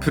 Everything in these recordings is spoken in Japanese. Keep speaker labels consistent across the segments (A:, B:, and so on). A: プ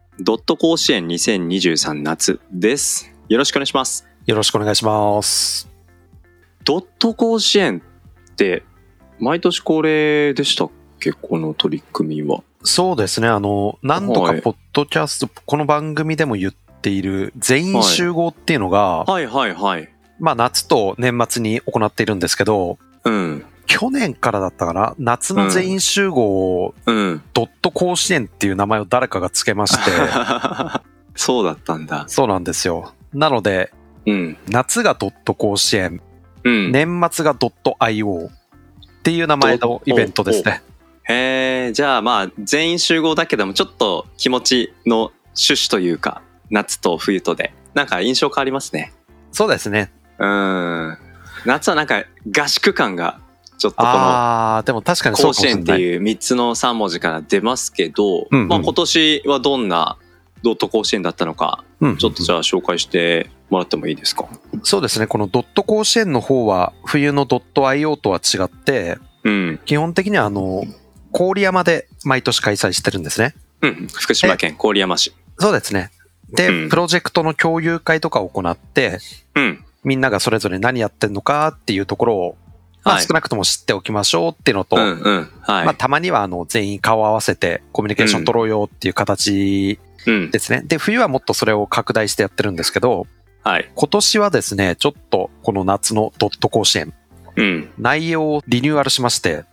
A: ドット甲子園2023夏ですよろしくお願いします
B: よろしくお願いします。
A: ドット甲子園って毎年恒例でしたっけこの取り組みは
B: そうですね。あの、何度
A: は
B: か
A: い
B: ポッドキャスト、この番組でも言っている全員集合っていうのが、
A: はいはいはい
B: まあ夏と年末に行っているんですけど、
A: うん
B: 去年からだったかな夏の全員集合を
A: うん
B: ドット甲子園っていう名前を誰かがつけまして、
A: そうだったんだ
B: そうなんですよ。なので、
A: うん
B: 夏がドット甲子園、
A: うん
B: 年末がドット IO っていう名前のイベントですね。
A: へえじゃあまあ全員集合だけどもちょっと気持ちの趣旨というか夏と冬とでなんか印象変わりますね
B: そうですね。
A: うん夏はなんか合宿感がちょっとこの
B: ああ、でも確かにそう
A: 甲
B: か
A: 子
B: もしれ
A: 園っ
B: な
A: て
B: い。
A: いう3つの3文字から出ますけど、
B: うんうん
A: まあ、今年はどんなドット甲子園だったのか
B: うん
A: ちょっとじゃあ紹介してもらってもいいですか
B: そうですね、このドット甲子園の方は、冬のドット IO とは違って、
A: うん、
B: 基本的にはあの、郡山で毎年開催してるんですね。
A: うん、福島県郡山市
B: そうですね。
A: う
B: で、
A: ん
B: プロジェクトの共有会とかを行って、
A: うん
B: みんながそれぞれ何やってんのかっていうところを、まあ
A: はい
B: 少なくとも知っておきましょうっていうのと、
A: うんうんはい、
B: まあたまにはあの全員顔を合わせてコミュニケーション取ろうよっていう形
A: うん
B: ですね。で、冬はもっとそれを拡大してやってるんですけど、
A: はい
B: 今年はですね、ちょっとこの夏のドット甲子園、
A: うん
B: 内容をリニューアルしまして、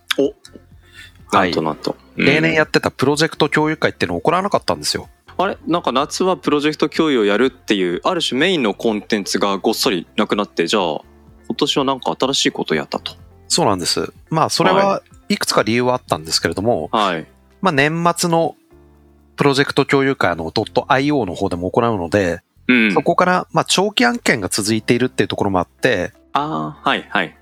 A: な
B: は
A: ん
B: い
A: となんと、うん
B: 例年やってたプロジェクト共有会っていうのを行わなかったんですよ。
A: あれなんか夏はプロジェクト共有をやるっていうある種メインのコンテンツがごっそりなくなってじゃあ今年はなんか新しいことやったと
B: そうなんです。まあ、それはいくつか理由はあったんですけれども、
A: はい
B: まあ、年末のプロジェクト共有会あの .io の方でも行うので、
A: うん
B: そこから、まあ、長期案件が続いているっていうところもあって、
A: ああはいはい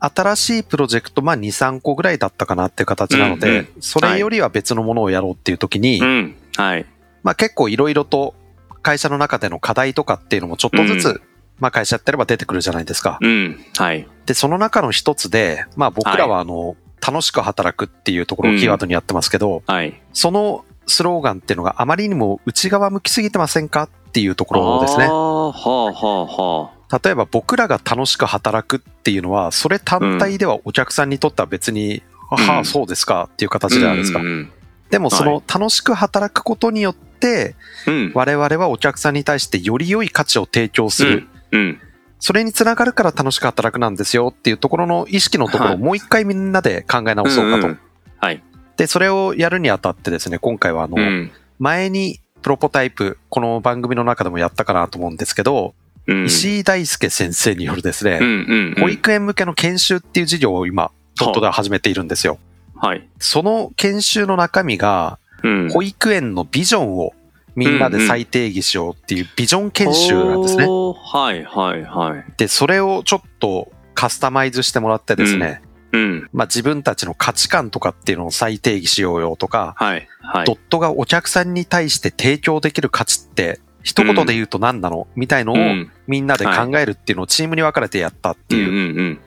B: 新しいプロジェクト、まあ、2、3個ぐらいだったかなっていう形なの
A: うんう
B: で、それよりは別のものをやろうっていう時に
A: う、んはい
B: まあ、結構いろいろと会社の中での課題とかっていうのもちょっとず
A: う
B: つ、まあ、会社やってれば出てくるじゃないですか。
A: うんはい
B: で、その中の一つで、まあ僕らはあの、楽しく働くっていうところをキーワードにやってますけど、
A: はい
B: そのスローガンっていうのがあまりにも内側向きすぎてませんかっていうところです
A: あ
B: ね。
A: あはあはあは
B: 例えば僕らが楽しく働くっていうのは、それ単体ではお客さんにとっては別に、はあ、そうですかっていう
A: あ
B: 形じゃないですか。
A: うんうん
B: でもその楽しく働くことによって、
A: うん
B: 我々はお客さんに対してより良い価値を提供する。
A: うんうん
B: それにつながるから楽しく働くなんですよっていうところの意識のとこ
A: は
B: ろ
A: い
B: をもう一回みんなで考え直そうかと。
A: んんはい
B: で、それをやるにあたってですね、今回はあの
A: う、ん
B: 前にプロポタイプ、この番組の中でもやったかなと思うんですけど、
A: うん
B: 石井大輔先生によるです
A: うん
B: ね、
A: うんうん
B: 保育園向けの研修っていう事業を今、ドットでは始めているんですよ。
A: はい
B: その研修の中身が、
A: うん
B: 保育園のビジョンをみんなで再定義しようっていうビジョン研修なんですね。
A: おーはいはいはい
B: で、それをちょっとカスタマイズしてもらってですね、
A: うん
B: まあ自分たちの価値観とかっていうのを再定義しようよとか、
A: はいはい
B: ドットがお客さんに対して提供できる価値って、一言で言うと何なの、みたいの
A: う
B: を
A: ん
B: みんなで考えるっていうのをチームに分かれてやったっていう。
A: んうんうん、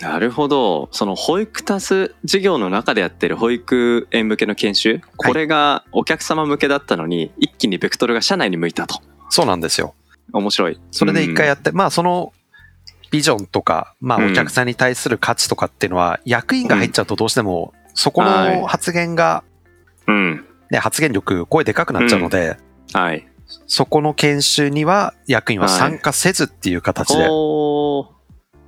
A: なるほどその保育タス事業の中でやってる保育園向けの研修これがお客様向けだったのに、一気にベクトルが社内に向いたと
B: そうなんですよ。
A: 面白い
B: それで一回や
A: っ
B: って、まあそのビジョンとか、まあ
A: うん
B: お客さんに対する価値とかっていうのは、役員が入っちゃうとどうしても、そこ
A: はい
B: の発言が、
A: うん
B: ね、発言力、声でかくなっちゃうので、
A: はい
B: そこの研修には役員は参加せずっていう形で、
A: おー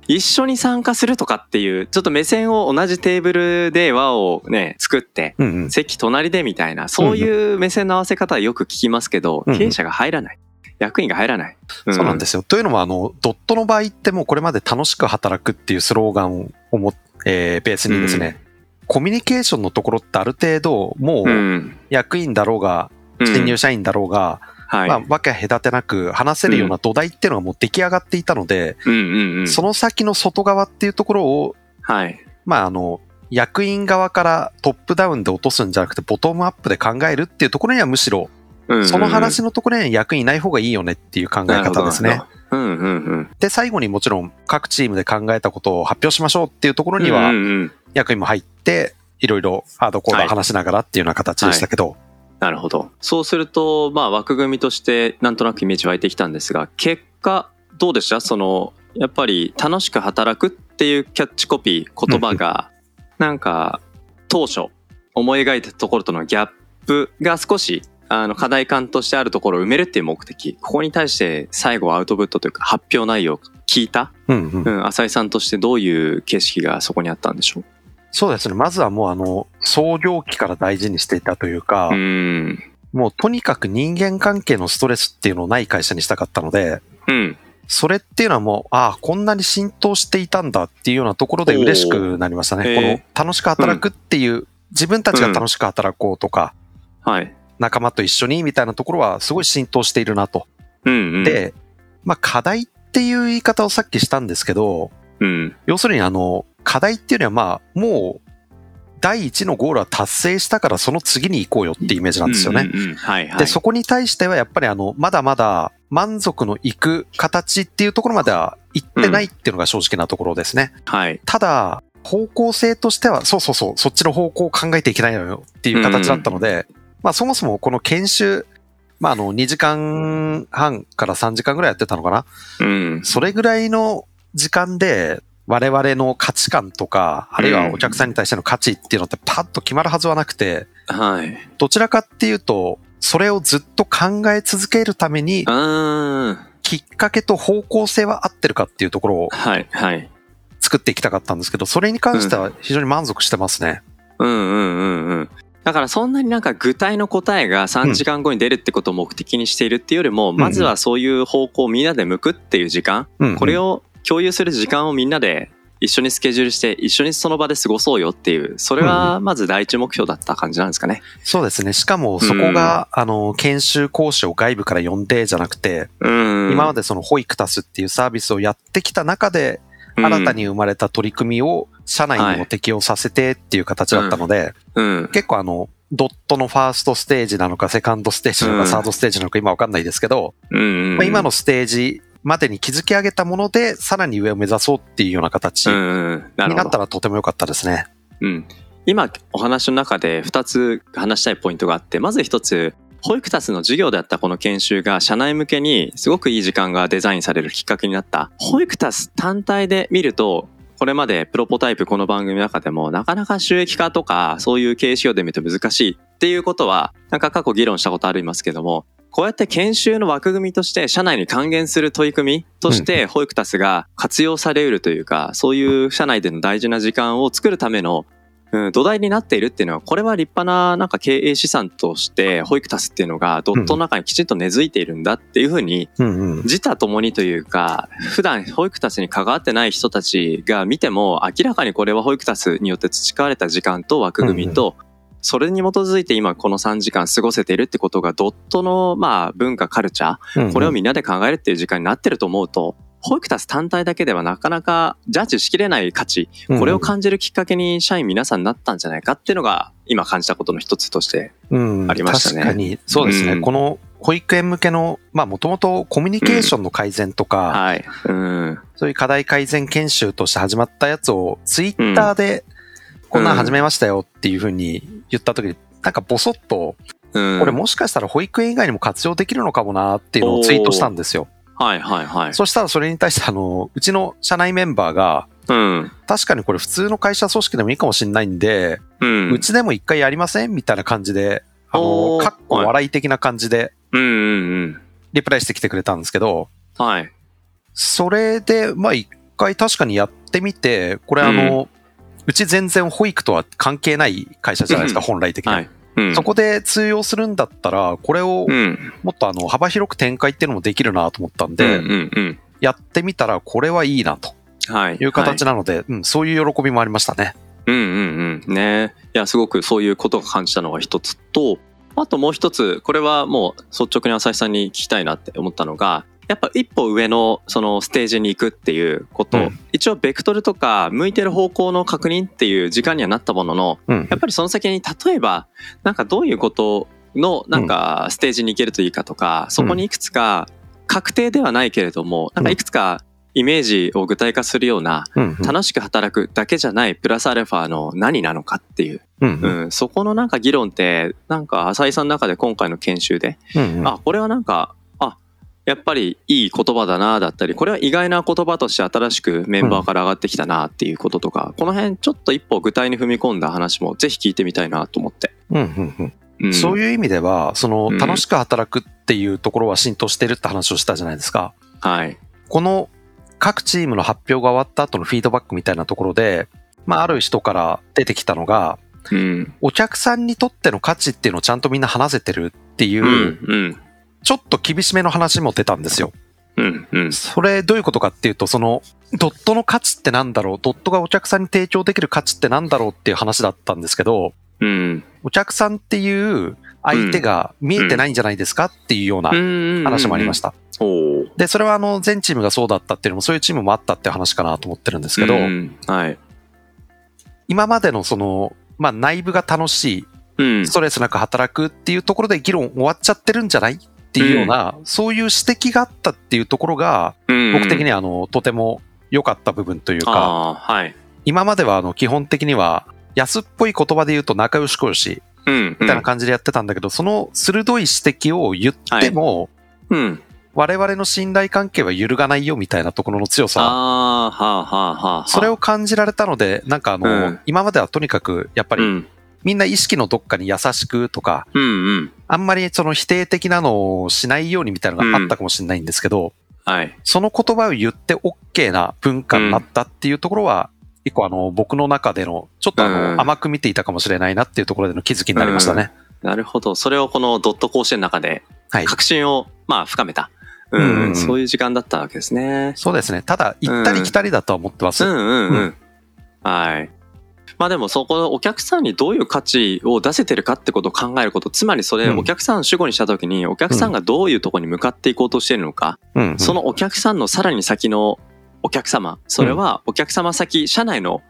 A: 一緒に参加するとかっていうちょっと目線を同じテーブルで輪をね作って
B: うんうん、
A: 席隣でみたいなそういう目線の合わせ方はよく聞きますけど、
B: うんうん
A: 経営者が入らない役員が入らない、
B: そうなん
A: す
B: ですよ。というのも、あの、ドットの場合ってもうこれまで楽しく働くっていうスローガンをも、えーベースにですね、コミュニケーションのところってある程度、も
A: う、
B: うん役員だろうが、新入社員だろうが、
A: はい。
B: まあ、わけ隔てなく話せるような土台っていうのがもう出来上がっていたので、
A: うんうんうん。
B: その先の外側っていうところを、
A: はい。
B: まあ、あの、役員側からトップダウンで落とすんじゃなくて、ボトムアップで考えるっていうところにはむしろ、
A: うんうんうん
B: その話のところには役員いない方がいいよねっていう考え方です。
A: な
B: ね
A: る。ほどうんうんうん。
B: で、最後にもちろん各チームで考えたことを発表しましょうっていうところに
A: うん
B: は、
A: うんうん
B: 役員も入って、いろいろハードコーダー話しながらっていうような形でしたけど、
A: なるほど。そうすると、まあ枠組みとしてなんとなくイメージ湧いてきたんですが、結果、どうでしたその、やっぱり楽しく働くっていうキャッチコピー、言葉が、なんか、当初、思い描いたところとのギャップが少し、あの、課題感としてあるところを埋めるっていう目的。ここに対して最後はアウトプットというか発表内容を聞いた、
B: うんうん
A: うん、浅井さんとしてどういう景色がそこにあったんでしょう
B: そうですね。まずはもうあの、創業期から大事にしていたというか、
A: うん。
B: もうとにかく人間関係のストレスっていうのをない会社にしたかったので、
A: うん。
B: それっていうのはもう、ああ、こんなに浸透していたんだっていうようなところで嬉しくなりました
A: おー
B: ね。
A: へ
B: こ
A: ー
B: の楽しく働くっていう、自分たちが楽しく働こうとか、
A: はい。
B: 仲間と一緒にみたいなところはすごい浸透しているなと。
A: うん、うん。、
B: で、まあ課題っていう言い方をさっきしたんですけど、
A: うん。
B: 要するにあの、課題っていうのはまあ、もう、第一のゴールは達成したからその次に行こうよってイメージなんですよね。
A: うんうんうんはいはい。
B: で、そこに対してはやっぱりあの、まだまだ満足のいく形っていうところまでは行ってないっていうのが正直なところですね。
A: はい。
B: ただ、方向性としては、そうそうそう、そっちの方向を考えていけないのよっていう形だったので、まあそもそもこの研修、まああの、2時間半から3時間ぐらいやってたのかな。
A: うん。
B: それぐらいの時間で、我々の価値観とか、あるいはお客さんに対しての価値っていうのってパッと決まるはずはなくて、
A: はい。
B: どちらかっていうと、それをずっと考え続けるために
A: う、ーん。
B: きっかけと方向性は合ってるかっていうところを
A: はい、はい。
B: 作っていきたかったんですけど、それに関しては非常に満足してますね。
A: うんうんうんうん。だからそんなになんか具体の答えが3時間後に出るってことを目的にしているっていうよりも、まずはそういう方向をみんなで向くっていう時間、
B: うん、
A: これ
B: を、
A: を共有する時間をみんなで一緒にスケジュールして一緒にその場で過ごそうよっていう、それはまず第一目標だった感じなんですかね。
B: そうですね。しかもそこが、あの、研修講師を外部から呼んでじゃなくて、
A: うん
B: 今までそのホイクタスっていうサービスをやってきた中で、新たに生まれた取り組みを社内にも適用させてっていう形だったので、
A: うん、
B: 結構あの、ドットのファーストステージなのか、セカンドステージなの
A: うん
B: か、サードステージなのか、今わかんないですけど、
A: うんうん
B: まあ、今のステージまでに築き上げたもので、さらに上を目指そうっていうような形
A: うん
B: に
A: うんなるほ
B: なっ
A: ど
B: たらとても良かったですね。
A: うん、今お話の中で2つ話したいポイントがあってまず1つ保育タスの授業であったこの研修が社内向けにすごくいい時間がデザインされるきっかけになった保育タス単体で見るとこれまでプロポタイプこの番組の中でもなかなか収益化とかそういう経営指標で見ると難しいっていうことはなんか過去議論したことありますけどもこうやって研修の枠組みとして社内に還元する取り組みとして保育タスが活用されうるというかそういう社内での大事な時間を作るためのうん、土台になっているっていうのは、これは立派ななんか経営資産として、保育タスっていうのがドットの中にきちんと根付いているんだっていうふうに、
B: うんうん。
A: 自他ともにというか、普段保育タスに関わってない人たちが見ても、明らかにこれは保育タスによって培われた時間と枠組みと、それに基づいて今この3時間過ごせているってことが、ドットのまあ文化、カルチャー、これをみんなで考えるっていう時間になってると思うと、保育タス単体だけではなかなかジャッジしきれない価値これを感じるきっかけに社員皆さんになったんじゃないかっていうのが今感じたことの一つとして。
B: うん
A: ありましたね
B: 確かに、そうですね。
A: うん
B: この保育園向けの、まあもともとコミュニケーションの改善とか、
A: はい。うん。
B: そういう課題改善研修として始まったやつを、ツイッターで、こんなん始めましたよっていうふうに言った時に、なんかボソッと、
A: うん。
B: これもしかしたら保育園以外にも活用できるのかもなっていうのをツイートしたんですよ。
A: はいはいはい。
B: そしたらそれに対してあの、うちの社内メンバーが、
A: うん。
B: 確かにこれ普通の会社組織でもいいかもしれないんで、
A: うん。
B: うちでも一回やりませんみたいな感じで、あの
A: お、ー
B: かっこ笑い的な感じで
A: うんうん
B: リプライしてきてくれたんですけど、
A: うん。はい。
B: それで、まあ一回確かにやってみて、これあの、うち全然保育とは関係ない会社じゃないですか、
A: うん
B: 本来的には。
A: はい。うん。
B: そこで通用するんだったら、これを
A: うん。
B: もっとあの幅広く展開っていうのもできるなと思ったんで、
A: うんうんうん。
B: やってみたらこれはいいなと
A: はい。
B: いう形
A: は
B: なので、うん、そういう喜びもありましたね。
A: いうんうんうん。ねいや、すごくそういうことを感じたのが一つと、あともう一つ、これはもう率直に浅井さんに聞きたいなって思ったのが、やっぱ一歩上のそのステージに行くっていうこと、
B: うん
A: 一応ベクトルとか向いてる方向の確認っていう時間にはなったものの、
B: うん
A: やっぱりその先に例えば、なんかどういうことのなんかステージに行けるといいかとか、そこにいくつか確定ではないけれども、なんかいくつかイメージを具体化するような、
B: うんうん
A: 楽しく働くだけじゃないプラスアルファの何なのかっていう、
B: うんうん
A: うん、そこのなんか議論って、なんか浅井さんの中で今回の研修で、
B: うんうん
A: あ、これはなんか、あ、やっぱりいい言葉だな、だったり、これは意外な言葉として新しくメンバーから上がってきたなっていうこととか、この辺ちょっと一歩具体に踏み込んだ話もぜひ聞いてみたいなと思って。
B: うんうんうん
A: うん、
B: そう
A: う。
B: いう意味では、その
A: うん
B: 楽しく働くっていうところは浸透してるって話をしたじゃないですか。
A: はい。
B: この各チームの発表が終わった後のフィードバックみたいなところで、まあある人から出てきたのが、
A: うん。
B: お客さんにとっての価値っていうのをちゃんとみんな話せてるっていう、
A: うん。うん。
B: ちょっと厳しめの話も出たんですよ。
A: うん。うん。
B: それどういうことかっていうと、そのドットの価値ってなんだろう、ドットがお客さんに提供できる価値ってなんだろうっていう話だったんですけど、
A: うん。
B: お客さんっていう相手が見えてないんじゃないですかっていうような
A: うん。。
B: 話もありましたた。
A: おー
B: で、それはあの、全チームがそうだったっていうのも、そういうチームもあったっていう話かなと思ってるんですけど、
A: うんはい。
B: 今までのその、まあ内部が楽し
A: うん
B: い、ス。トレスなく働くっていうところで議論終わっちゃってるんじゃないっていうような、そういう指摘があったっていうところが、僕的
A: に
B: にはあの、とても良かった部分というか、
A: ああー、はい。
B: 今まではあの、基本的には、安っぽい言葉で言うと仲良しこよし
A: うん。
B: みたいな感じでやってたんだけど、その鋭い指摘を言っても、
A: うん。うん。
B: 我々の信頼関係は揺るがないよみたいなところの強さ
A: ああ、はあ、はあ、はあ。
B: それを感じられたので、なんかあの、
A: うん
B: 今まではとにかく、やっぱ
A: う
B: り
A: ん、
B: みんな意識のどっかに優しくとか、
A: うん、うん。
B: あんまりその否定的なのをしないようにみたいなのがあったかもしれないんですけど、
A: はい。
B: その言葉を言って OK な文化になったっていうところは、一個あの、僕の中での、ちょっとあの、
A: うん
B: 甘く見ていたかもしれないなっていうところでの気づきになりましたね。
A: なるほど。それをこのドット甲子園の中で、
B: はい。
A: 確信を、まあ、深めた。うん、
B: うん
A: そういう時間だったわけですね。
B: そうですね。ただ、行ったり来たりだとは思ってま
A: う
B: す。
A: ん、
B: うん。
A: うん、うん。はい。まあでもそこのお客さんにどういう価値を出せてるかってことを考えること、つまりそれ
B: うん
A: お客さんを主語にしたときにお客さんがどういうところに向かっていこうとしているのか、
B: うん
A: そのお客さんのさらに先のお客様、それはお客様先、社内の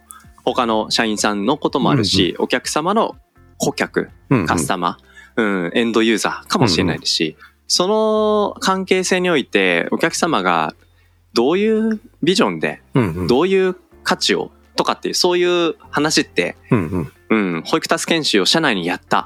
A: 他の社員さんのこともあるし、お客様の顧客、
B: うん
A: カスタマー、うん、エンドユーザーかもしれないですし、その関係性においてお客様がどういうビジョンで、
B: うんうん
A: どういう価値をとかっていう、そういう話って、
B: うんうん
A: うん、保育タス研修を社内にやった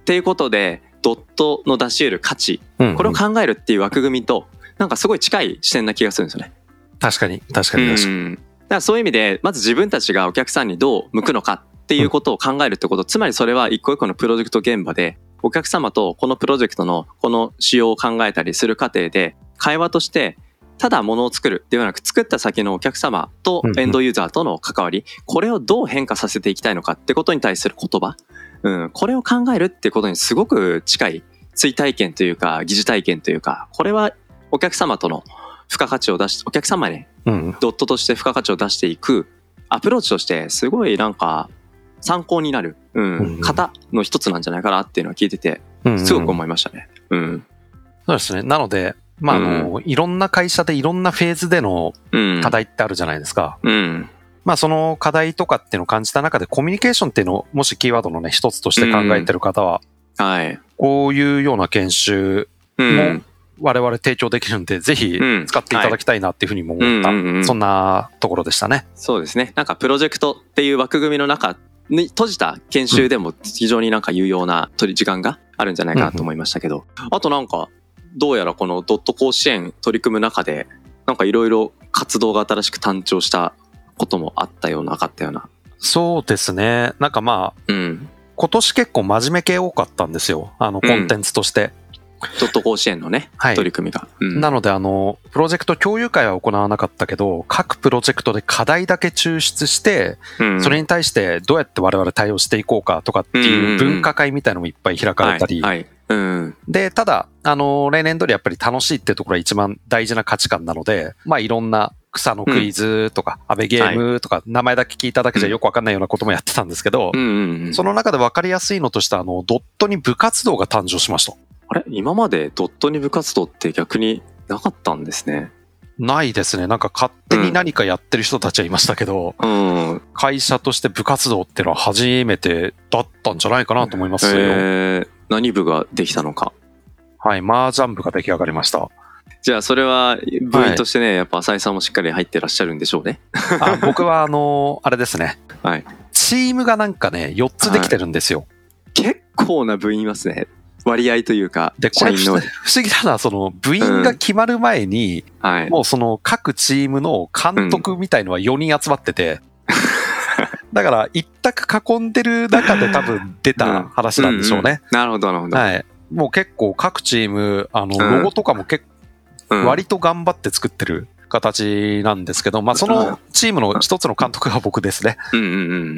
A: っていうことで、ドットの出し得る価値、
B: うん
A: これを考えるっていう枠組みと、なんかすごい近い視点な気がするんですよね。
B: 確かに、確かに、確かに。
A: うん、だからそういう意味でまず自分たちがお客さんにどう向くのかっていうことを考えるってことつまりそれは一個一個のプロジェクト現場でお客様とこのプロジェクトのこの仕様を考えたりする過程で会話としてただ物を作るではなく作った先のお客様と
B: うんうん
A: エンドユーザーとの関わりこれをどう変化させていきたいのかってことに対する言葉、うん、これを考えるってことにすごく近い追体験というか疑似体験というかこれはお客様との付加価値を出しお客様に
B: うんうん
A: ドットとして付加価値を出していくアプローチとしてすごいなんか参考になる、う
B: うんん、
A: 型の一つなんじゃないかなっていうのは聞いてて
B: うんうん
A: すごく思いましたね。うん。
B: そうですね。なので、まあ、あの、いろんな会社でいろんなフェーズでの
A: うん。
B: 課題ってあるじゃないですか。
A: うん。
B: まあ、その課題とかっていうのを感じた中で、コミュニケーションっていうのを、もしキーワードのね、一つとして考えてる方は、
A: はい。
B: こういうような研修、
A: うん。
B: 我々提供できるんで、ぜひ
A: うん
B: 使っていただきたいなっていうふうにも思っ
A: うんうんう
B: た。
A: ん
B: そんなところでしたね。
A: そうですね。なんかプロジェクトっていう枠組みの中に閉じた研修でも非常になんか有用な取り時間があるんじゃないかなと思いましたけど、あとなんかどうやらこのドット甲子園取り組む中でなんかいろいろ活動が新しく誕生したこともあったようななかったような。
B: そうですね。なんかまあ、
A: うん。
B: 今年結構真面目系多かったんですよ。あの、コンテンツとして。
A: ドット甲子園のね、
B: はい
A: 取り組みが。うん
B: なので、あの、プロジェクト共有会は行わなかったけど、各プロジェクトで課題だけ抽出して、
A: うん
B: それに対してどうやって我々対応していこうかとかっていう分科会みたいのもいっぱい開かれたり、
A: はいはいうん
B: で、ただ、あの、例年通りやっぱり楽しいっていうところが一番大事な価値観なので、まあいろんな草のクイズとか、安倍ゲームとか、名前だけ聞いただけじゃよくわかんないようなこともやってたんですけど
A: う、んうんうん
B: その中でわかりやすいのとして、あの、ドットに部活動が誕生しました。
A: あれ今までドットに部活動って逆になかったんですね。
B: ないですね。なんか勝手に何かやってる人たちはいましたけど、
A: うん。へ
B: 会社として部活動っていうのは初めてだったんじゃないかなと思いますよ。
A: え何部ができたのか。
B: はい、麻雀部が出来上がりました。
A: じゃあそれは部員としてね、やっぱ浅井さんもしっかり入ってらっしゃるんでしょうね。
B: あ僕はあの、あれですね。
A: はい
B: チームがなんかね、4つできてるんですよ。
A: 結構な部員いますね。割合というか、
B: で、こ
A: 社
B: れ
A: 員
B: 不
A: の
B: 思。議なのは、その部員が決まる前に、
A: はい。
B: もうその各チームの監督みたいのは4人集まってて、だから一択囲んでる中で多分出た話なんでしょうね。
A: なるほど、なるほど。
B: はい。もう結構各チーム、あの、
A: うん
B: ロゴとかも結
A: うん
B: 構割と頑張って作ってる形なんですけど、まあそのチームの一つの監督が僕ですね。
A: うんうんう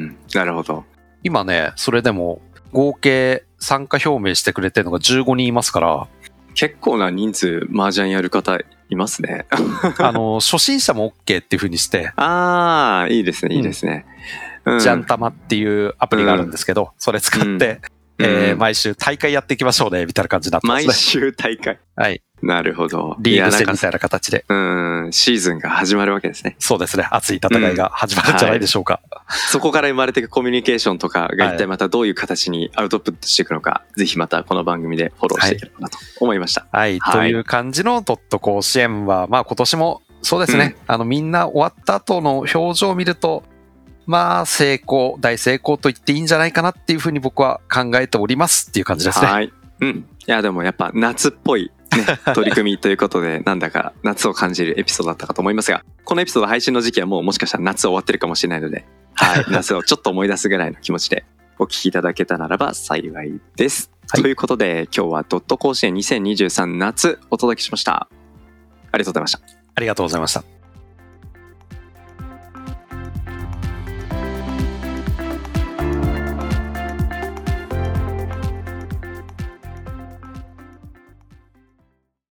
A: ん。なるほど。
B: 今ね、それでも合計参加表明してくれてるのが15人います から、
A: 結構な人数、麻雀やる方いますね。
B: あの、初心者も OK っていう風にして、
A: ああ、いいですね、いいですね。うん
B: ジャンタマっていうアプリがあるんですけど、それ使って、
A: うん
B: えー
A: うん
B: 毎週大会やっていきましょうね、みたいな感じになってま
A: 毎
B: すね。
A: 週大会。
B: はい。
A: なるほど。
B: リー
A: い
B: グ
A: や
B: 戦
A: なん
B: み
A: か
B: たいな形で。
A: うん、シーズンが始まるわけですね。
B: そうですね。熱い戦いが始まるんじゃないでしょうか。
A: そこから生まれていくコミュニケーションとかが
B: はい
A: 一体またどういう形にアウトプットしていくのか、ぜひまたこの番組でフォローしていければなと思いました。
B: はい。
A: はい
B: という感じのドット甲子園は、まあ今年も、そうですね。あの、みんな終わった後の表情を見ると、まあ、成功、大成功と言っていいんじゃないかなっていうふうに僕は考えておりますっていう感じですね。
A: はい。うん。いや、でもやっぱ夏っぽい、 ね、取り組みということで、なんだか夏を感じるエピソードだったかと思いますが、このエピソード配信の時期はもうもしかしたら夏終わってるかもしれないので、 はい。夏をちょっと思い出すぐらいの気持ちでお聞きいただけたならば幸いです。
B: はい
A: ということで、今日はドット甲子園2023夏お届けしました。ありがとうございました。
B: ありがとうございました。